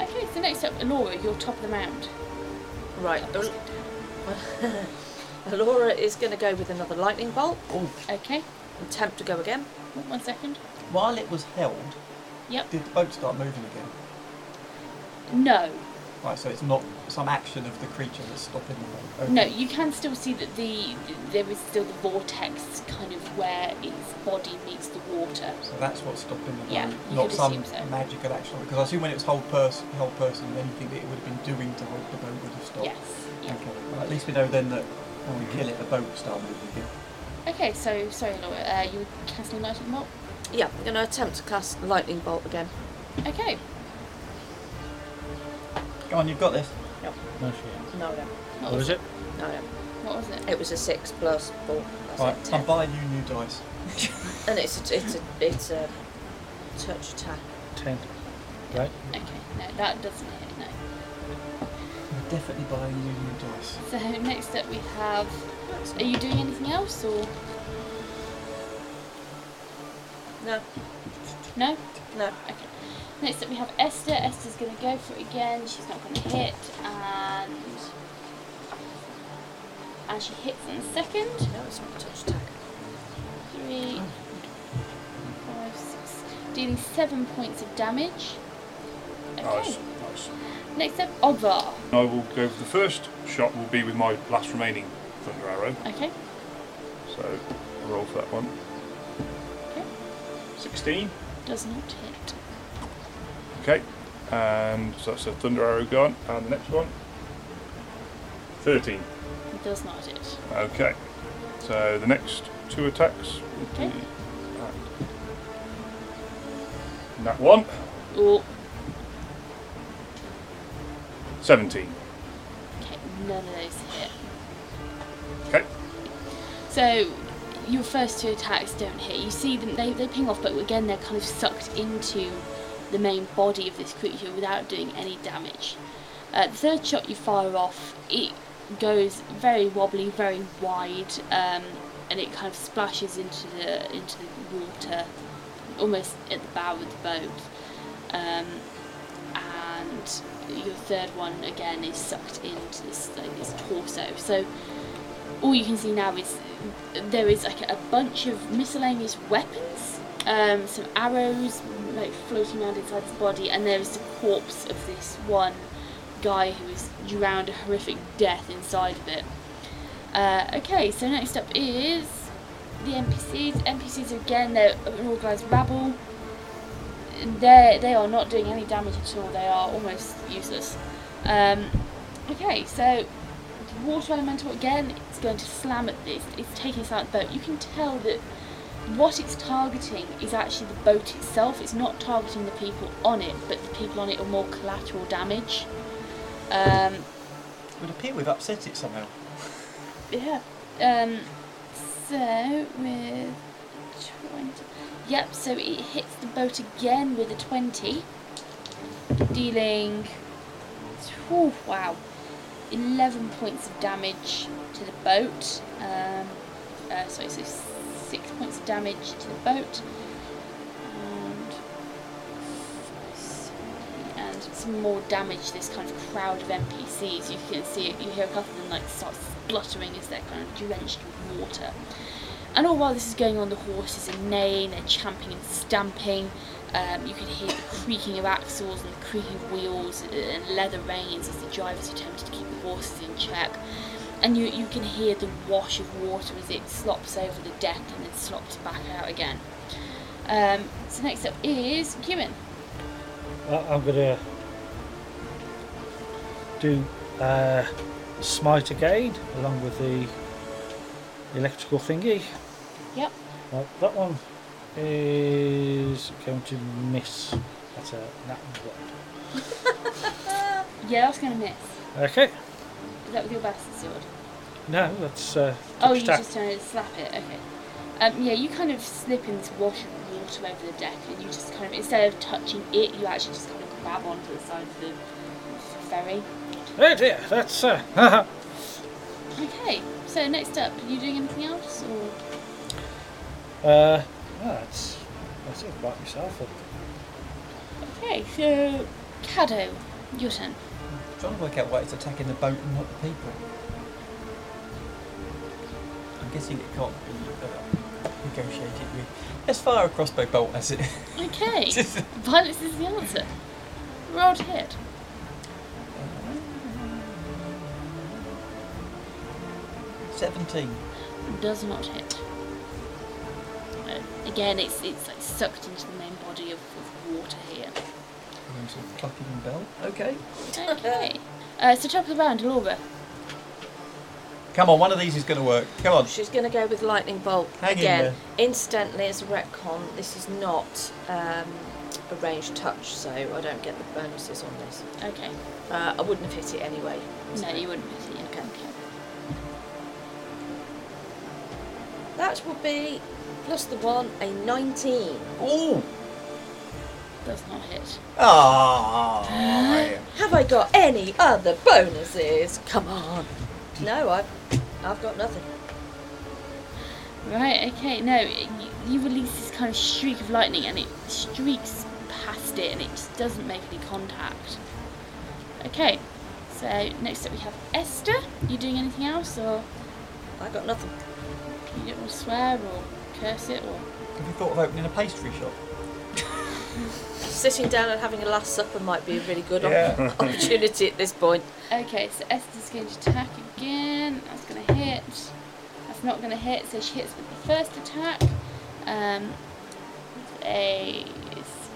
Okay, so next up, Laura, you're top of the mound.
Right. Al- Alora is going to go with another lightning bolt.
Oh,
Okay.
Attempt to go again.
Oh, One second.
while it was held,
Yep.
did the boat start moving again?
No.
Right, so it's not some action of the creature that's stopping the boat.
No, you can still see that the there is still the vortex kind of where its body meets the water.
So that's what's stopping the boat,
Yeah, you
not
could
some
assume so.
magical action. Because I assume when it was hold person, hold person, anything that it would have been doing to hold the boat would have
Oh.
stopped.
Yes. Yeah.
Okay. Well, at least we know then that when we kill it, the boat will start moving again.
Okay, so sorry, Laura. Uh, you were casting light at the mop.
Yeah, I'm going to attempt to cast lightning bolt again.
Okay.
Go on, you've got this.
No, she-
No, no,
What
What was it?
no, no.
What was it?
It was a six plus four. That's
Right,
it,
I'm
ten.
buying you new dice.
And it's a, it's a, it's a touch attack.
Ten. Right.
Okay, no, that doesn't hit. No.
I'm definitely buying you new dice.
So next up we have. Are you doing anything else or
No,
no?
no.
Okay. Next up we have Esther. Esther's going to go for it again. She's not going to hit, and and she hits on the second.
No, it's not a touch attack.
Three, five, six, dealing seven points of damage. Okay.
Nice, nice.
Next up, Ovar.
I will go for the first shot, will be with my last remaining Thunder Arrow.
Okay.
So I'll roll for that one.
Okay.
16.
Does not hit.
Okay. And so that's a Thunder Arrow gone. And the next one. 13.
Does not hit.
Okay. So the next two attacks would
Okay.
be. And that one.
Oh.
17.
Okay. None of those hit.
Okay.
So your first two attacks don't hit. You see them; they, they ping off, but again they're kind of sucked into the main body of this creature without doing any damage. Uh, the third shot you fire off, it goes very wobbly, very wide, um, and it kind of splashes into the into the water, almost at the bow of the boat. Um, and your third one again is sucked into this like this torso. So all you can see now is there is like a bunch of miscellaneous weapons, um, some arrows like floating around inside his body, and there is the corpse of this one guy who was drowned a horrific death inside of it. Uh, okay, so next up is the NPCs. NPCs again, they're an organised rabble. They they are not doing any damage at all. They are almost useless. Um, okay, so water elemental again it's going to slam at this it's taking us out the boat you can tell that what it's targeting is actually the boat itself it's not targeting the people on it but the people on it are more collateral damage um,
It would appear we've upset it somehow.
yeah um, so with 20 yep so it hits the boat again with a 20 dealing Ooh, wow 11 points of damage to the boat. Um, uh, sorry, so 6 points of damage to the boat. And, and some more damage to this kind of crowd of NPCs. You can see, you hear a couple of them like start spluttering as they're kind of drenched with water. And all while this is going on, the horses are neighing, they're champing and stamping. Um, you can hear the creaking of axles and the creaking of wheels and leather reins as the drivers attempted to keep the horses in check. And you, you can hear the wash of water as it slops over the deck and then slops back out again. Um, so next up is Kieran.
I- Uh, I'm gonna do uh, smite again along with the electrical thingy.
Yep.
Now, that one is going to miss. That's a nat one.
Yeah, that's gonna miss.
Okay.
Is that with your bastard sword?
No, that's uh,
Oh,
touch
you
attack.
just trying to slap it. Okay. Um, yeah, you kind of slip into wash of water over the deck, and you just kind of instead of touching it, you actually just kind of grab onto the side of the ferry.
Oh dear, that's uh,
Okay. So next up, are you doing anything else, or
Uh, no, that's that's it about myself.
okay? So Caddo, your turn.
I'm trying to work out why it's attacking the boat and not the people. I'm guessing it can't be uh, negotiated with. Let's fire a crossbow bolt at it.
Okay.
Just-
Violence is the answer. Roll to hit.
Seventeen.
does not hit. Uh, again, it's it's like sucked into the main body of, of water here.
Some sort of clucking bell. Okay.
Okay. Uh, so top of the round, Laura.
Come on, one of these is going to work. Come on.
She's going to go with lightning bolt
Oh. Hang in
again.
there.
Instantly, it's a retcon. This is not um, a ranged touch, so I don't get the bonuses on this.
Okay.
Uh, I wouldn't have hit it anyway.
No, you wouldn't miss it. Okay.
Okay. That would be plus the one a nineteen.
Ooh.
Does not hit.
Ah.
Have I got any other bonuses? Come on. No, I've I've got nothing.
Right. Okay. No, you, you release this kind of streak of lightning, and it streaks past it, and it just doesn't make any contact. Okay. So next up we have Esther. You doing anything else, or
I got nothing.
you don't want to swear or curse it, or
Have you thought of opening a pastry shop?
Sitting down and having a last supper might be a really good op-
Yeah.
opportunity at this point.
Okay, so Esther's going to attack again. That's going to hit. That's not going to hit, so she hits with the first attack. Um, with a it's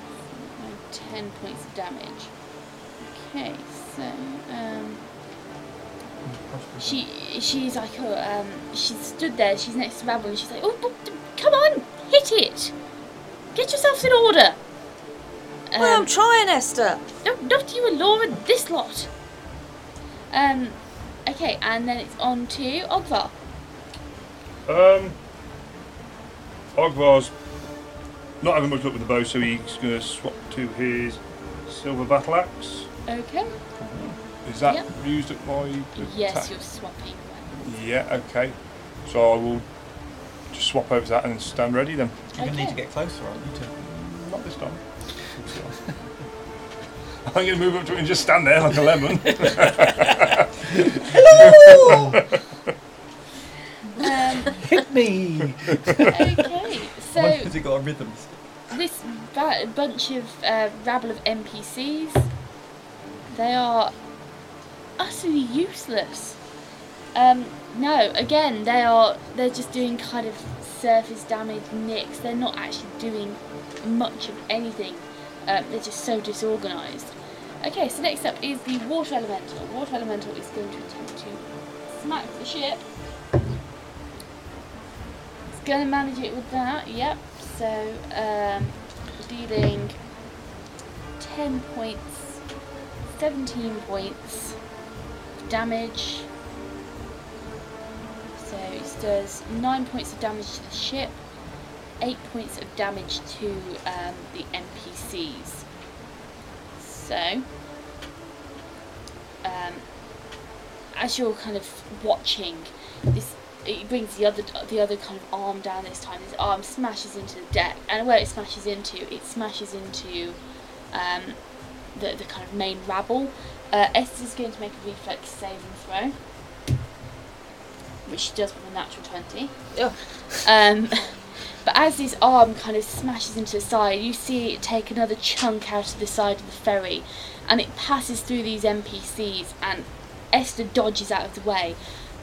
10 points of damage. Okay, so um, she she's like, oh, um, she's stood there, she's next to Babel, and she's like, oh, b- d- come on, hit it! Get yourselves in order! Um,
well, I'm trying, Esther.
no, not you and Laura, this lot. Um, okay, and then it's on to Ogvar.
Um, Ogvar's not having much luck with the bow, so he's going to swap to his silver battle axe.
Okay.
Is that
Yep.
used at my
Yes,
attack?
you're swapping.
Yeah. Okay. So I will just swap over to that and stand ready then.
You're going to need to
Okay.
get closer, aren't you? To...
Not this time. I'm going to move up to it and just stand there like a lemon.
Um,
Hit me!
okay, so
Has it got a rhythm?
this ba- bunch of uh, rabble of NPCs, they are utterly useless. Um, no, again, they are they're just doing kind of surface damage nicks. They're not actually doing much of anything. Um, they're just so disorganised. Okay, so next up is the water elemental. Water elemental is going to attempt to smack the ship. It's going to manage it with that. Yep. So um, dealing ten points, seventeen points of damage. So it does nine points of damage to the ship, eight points of damage to um, the NPCs. So. Um, as you're kind of watching, this it brings the other the other kind of arm down this time. This arm smashes into the deck, and where it smashes into, it smashes into um, the the kind of main rabble. Uh, Esther's going to make a reflex saving throw, which she does with a natural twenty.
Ugh.
Um, but as this arm kind of smashes into the side, you see it take another chunk out of the side of the ferry, and it passes through these NPCs, and Esther dodges out of the way.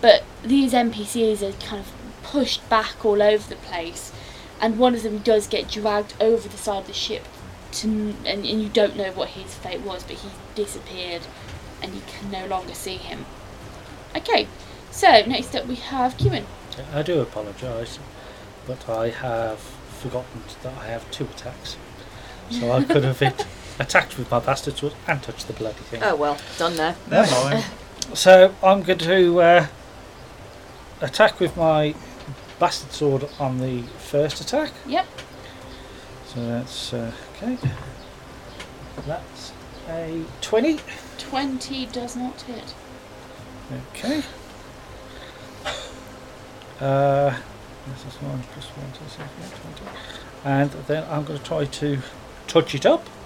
But these NPCs are kind of pushed back all over the place, and one of them does get dragged over the side of the ship, to, and, and you don't know what his fate was, but he disappeared and you can no longer see him. Okay, so next up we have Kieran.
I do apologise, but I have forgotten that I have two attacks. So I could have hit, attacked with my bastard sword and touched the bloody thing.
Oh well, done now.
Never mind.
So I'm going to uh, attack with my bastard sword on the first attack.
Yep.
So that's uh, okay. That's a 20.
20 does not hit.
Okay. Uh, this is one plus one, so it's eight, twenty. And then I'm going to try to touch it up.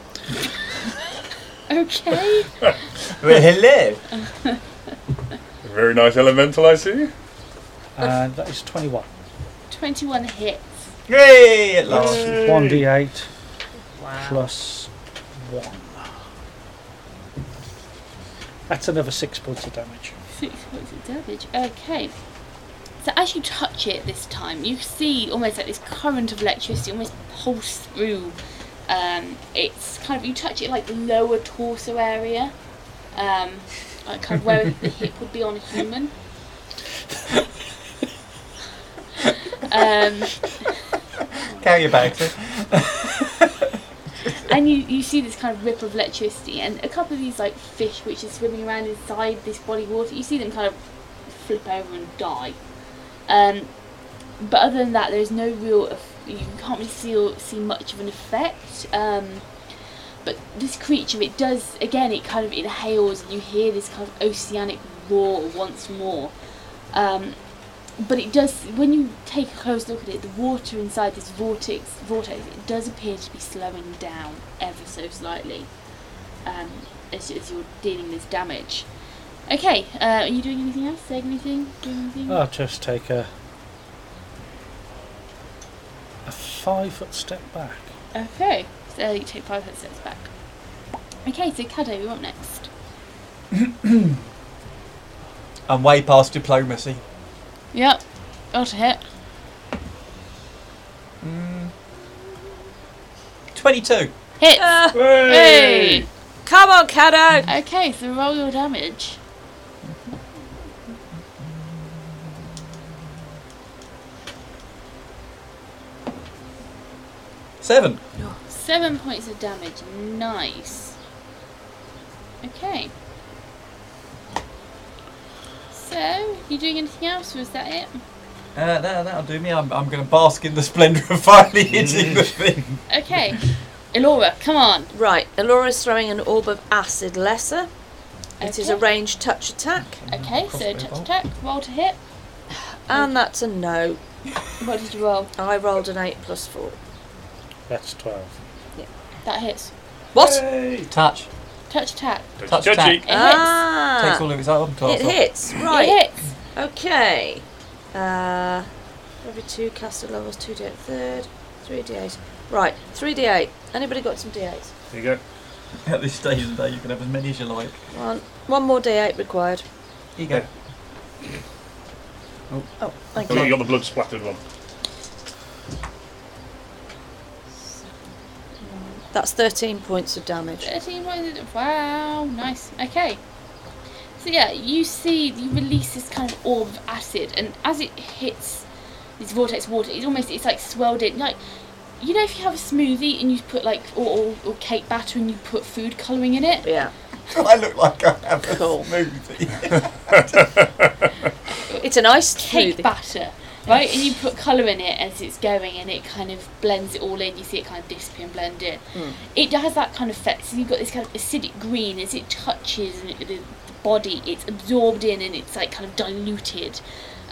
Okay.
Well, hello.
Very nice elemental, I see.
And that is 21.
21 hits.
Yay! At last.
Yay.
1d8
Wow.
plus 1. That's another 6 points of damage.
Six points of damage. Okay. So as you touch it this time, you see almost like this current of electricity almost pulse through. Um, it's kind of you touch it like the lower torso area, um, like kind of where the hip would be on a human. um,
Carry your bags.
and you, you see this kind of ripple of electricity and a couple of these like fish which are swimming around inside this body of water you see them kind of flip over and die um, but other than that there's no real eff- you can't really see, see much of an effect um, but this creature it does again it kind of inhales and you hear this kind of oceanic roar once more um, but it does when you take a close look at it the water inside this vortex vortex it does appear to be slowing down ever so slightly um, as, as you're dealing this damage okay uh, are you doing anything else saying anything doing anything
I'll just take a, a 5 foot step back.
okay so you take five steps back okay so Kado you're up next
I'm way past diplomacy.
yep got a hit
Mm. Twenty-two.
hit
Ah,
hey
come on, Caddo.
okay so roll your damage
Seven.
Seven points of damage. Nice. Okay. So, you doing anything else, or is that it?
Uh, that, that'll do me. I'm, I'm going to bask in the splendour of finally hitting the thing.
Okay. Elora, come on.
Right, Alora's throwing an orb of acid lesser. It is a
Okay.
ranged touch attack,
Okay, so
Crossbow
touch
bolt.
attack, roll to hit.
and that's a no.
What did you roll?
I rolled an eight plus four.
That's 12.
That hits.
What?
Touch.
Touch attack.
Touchy,
Touch
touchy.
It
Ah,
Takes all of its own class
it hits.
hits.
Right.
It hits.
Okay. Uh, every two caster levels, two d8 third, three d8. Right, three d8. Anybody got some d8s?
There you go.
At this stage of the day, you can have as many as you like.
One, one more d8 required.
Here you go.
Oh, thank
I've only
you.
got the blood splattered one.
That's 13 points of damage.
13 points of Wow, nice. Okay. So, yeah, you see, you release this kind of orb of acid, and as it hits this vortex water, it's almost, it's like swelled in. Like, you know, if you have a smoothie and you put like, or, or, or cake batter and you put food colouring in it,
Yeah.
I look like I have a
Cool.
smoothie.
It's a nice
cake
smoothie.
batter, right? and you put colour in it as it's going, and it kind of blends it all in. You see it kind of disappear and blend in. It has that kind of effect. So you've got this kind of acidic green as it touches and it- the, the body. It's absorbed in and it's like kind of diluted.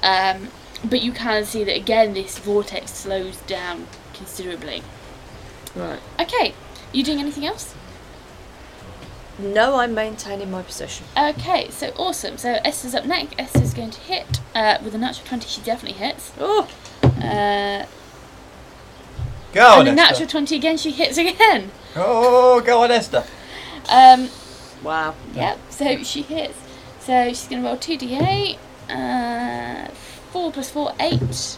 Um, but you can see that again, this vortex slows down considerably.
Right.
Okay, you doing anything else?
No, I'm maintaining my position.
Okay, so awesome. So Esther's up next. Esther's going to hit uh, with a natural twenty. She definitely hits.
Oh,
Uh,
Go
and
on,
a
Esther.
natural 20 again, she hits again.
Oh, go on, Esther.
Um,
wow.
yep, so she hits. So she's going to roll 2d8. Uh, 4 plus 4, 8. 6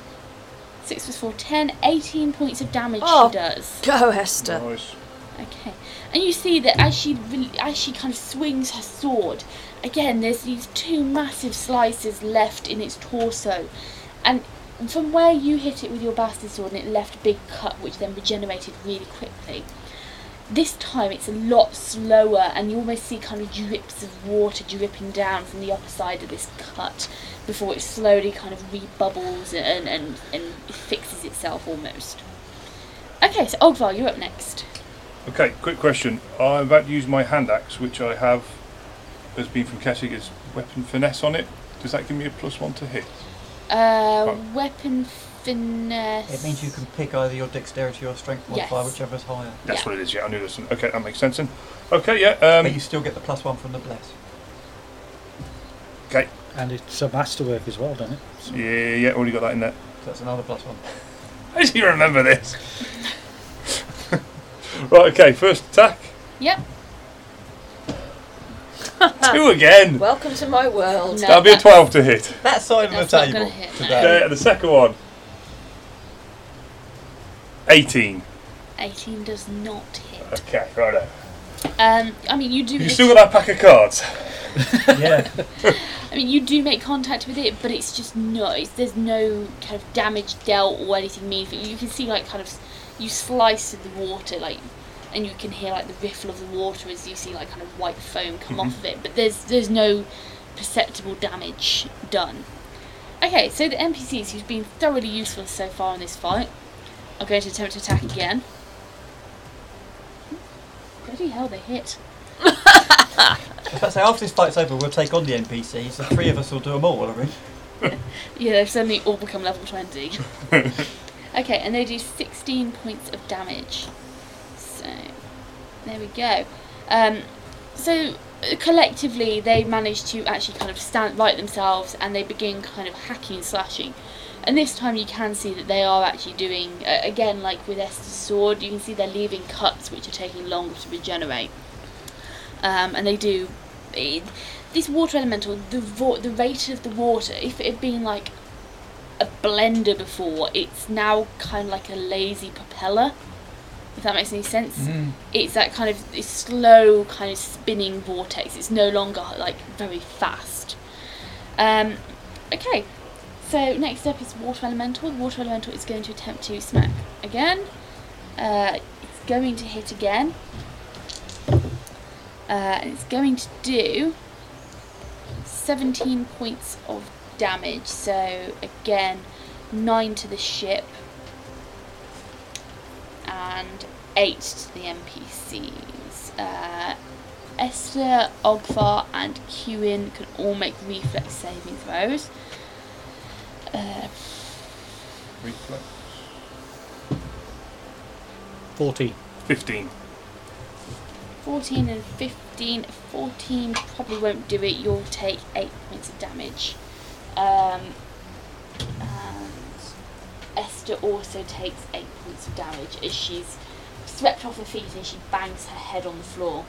plus 4, 10. 18 points of damage
Oh.
she does.
Go, Esther.
Nice.
Okay, and you see that as she re- as she kind of swings her sword, again there's these two massive slices left in its torso, and from where you hit it with your bastard sword, and it left a big cut, which then regenerated really quickly. This time it's a lot slower, and you almost see kind of drips of water dripping down from the upper side of this cut before it slowly kind of rebubbles and and, and fixes itself almost. Okay, so Ogvar, you're up next.
Okay, quick question. I'm about to use my hand axe, which I have, has been from Kettig, it's weapon finesse on it. Does that give me a plus one to hit?
Uh,
Oh.
weapon finesse.
It means you can pick either your dexterity or strength modifier,
Yes.
whichever's higher.
That's
Yeah.
what it is, yeah, I knew this. one. Okay, that makes sense then. Okay, yeah,
but you
um,
still get the plus one from the bless.
okay.
And it's a masterwork as well, doesn't it?
Yeah, yeah, already got that in there.
So that's another plus one.
How do you remember this? right, okay, first attack.
Yep.
Two again.
Welcome to my world.
Ah. No,
That'll be a
that's-
12 to hit.
That side of
That's
the
not gonna
table
hit, no.
today.
Okay, and the second one. 18.
18 does not hit.
Okay, right.
Um, I mean, you do.
You still got that pack of cards?
yeah.
I mean, you do make contact with it, but it's just no. It's, there's no kind of damage dealt or anything meaningful. You can see like kind of s- you slice through the water like, and you can hear like the riffle of the water as you see like kind of white foam come off of it. But there's there's no perceptible damage done. Okay, so the NPCs who've been thoroughly useless so far in this fight are going to attempt to attack again. Bloody hell, they hit.
I was about to say, after this fight's over, we'll take on the NPCs. The three of us will do them all, will we?
Yeah, they've suddenly all become level 20. okay, and they do 16 points of damage. So, there we go. Um, so, uh, collectively, they manage to actually kind of stand right themselves and they begin kind of hacking and slashing. And this time you can see that they are actually doing, uh, again, like with Esther's sword, you can see they're leaving cuts which are taking longer to regenerate. Um, and they do. eh, It, this water elemental, the vo- the rate of the water, if it had been like a blender before, it's now kind of like a lazy propeller. If that makes any sense, it's that kind of this slow kind of spinning vortex. It's no longer like very fast. Um, okay, so next up is water elemental. The water elemental is going to attempt to smack again. Uh, it's going to hit again. Uh, and it's going to do 17 points of damage. So again, 9 to the ship and 8 to the NPCs. Uh, Esther, Ogvar, and Qin can all make reflex saving throws. Uh,
Reflex.
14.
15.
14 and 15. 14 probably won't do it. You'll take 8 points of damage. Um, and Esther also takes 8 points of damage as she's swept off her feet and she bangs her head on the floor.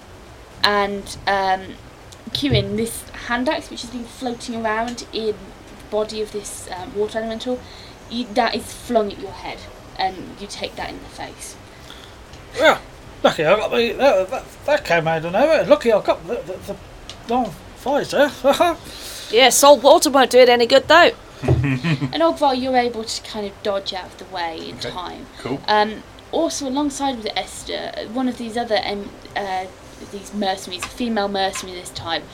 And um, Qin, this hand axe which has been floating around in the body of this um, water elemental, you, that is flung at your head and you take that in the face.
Yeah, lucky I got the. That, that, that came out of nowhere. Lucky I got the, the, the long visor.
Yeah, salt water won't do it any good though.
And Ogvar, you're able to kind of dodge out of the way in
Okay.
time.
Cool.
Um, also, alongside with Esther, one of these other um, uh, these mercenaries, a female mercenary this time,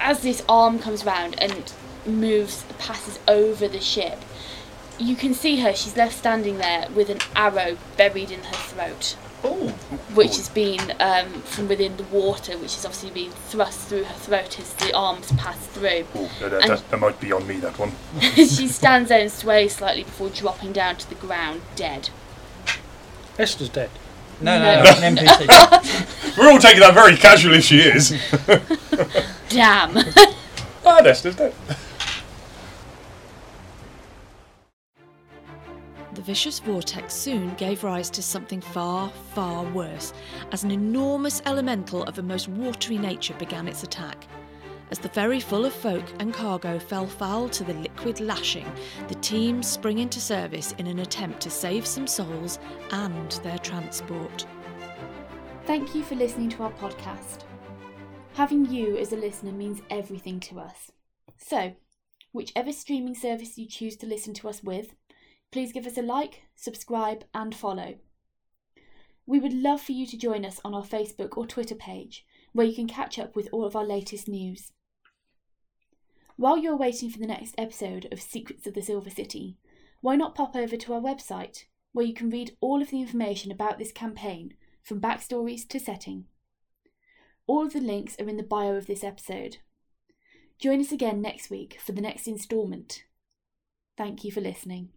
as this arm comes round and moves, passes over the ship, you can see her. She's left standing there with an arrow buried in her throat,
Ooh.
which has been um, from within the water, which has obviously been thrust through her throat as the arms pass through.
Oh, that, that, that, that might be on me, that one.
she stands there and sways slightly before dropping down to the ground dead.
Esther's dead.
No,
No.
no, no, an NPC.
We're all taking that very casually if she is.
Damn.
ah, that's just it.
The vicious vortex soon gave rise to something far, far worse, as an enormous elemental of a most watery nature began its attack. As the ferry full of folk and cargo fell foul to the liquid lashing, the team spring into service in an attempt to save some souls and their transport.
Thank you for listening to our podcast. Having you as a listener means everything to us. So, whichever streaming service you choose to listen to us with, please give us a like, subscribe, and follow. We would love for you to join us on our Facebook or Twitter page, where you can catch up with all of our latest news. While you're waiting for the next episode of Secrets of the Silver City, why not pop over to our website, where you can read all of the information about this campaign, from backstories to setting. All of the links are in the bio of this episode. Join us again next week for the next instalment. Thank you for listening.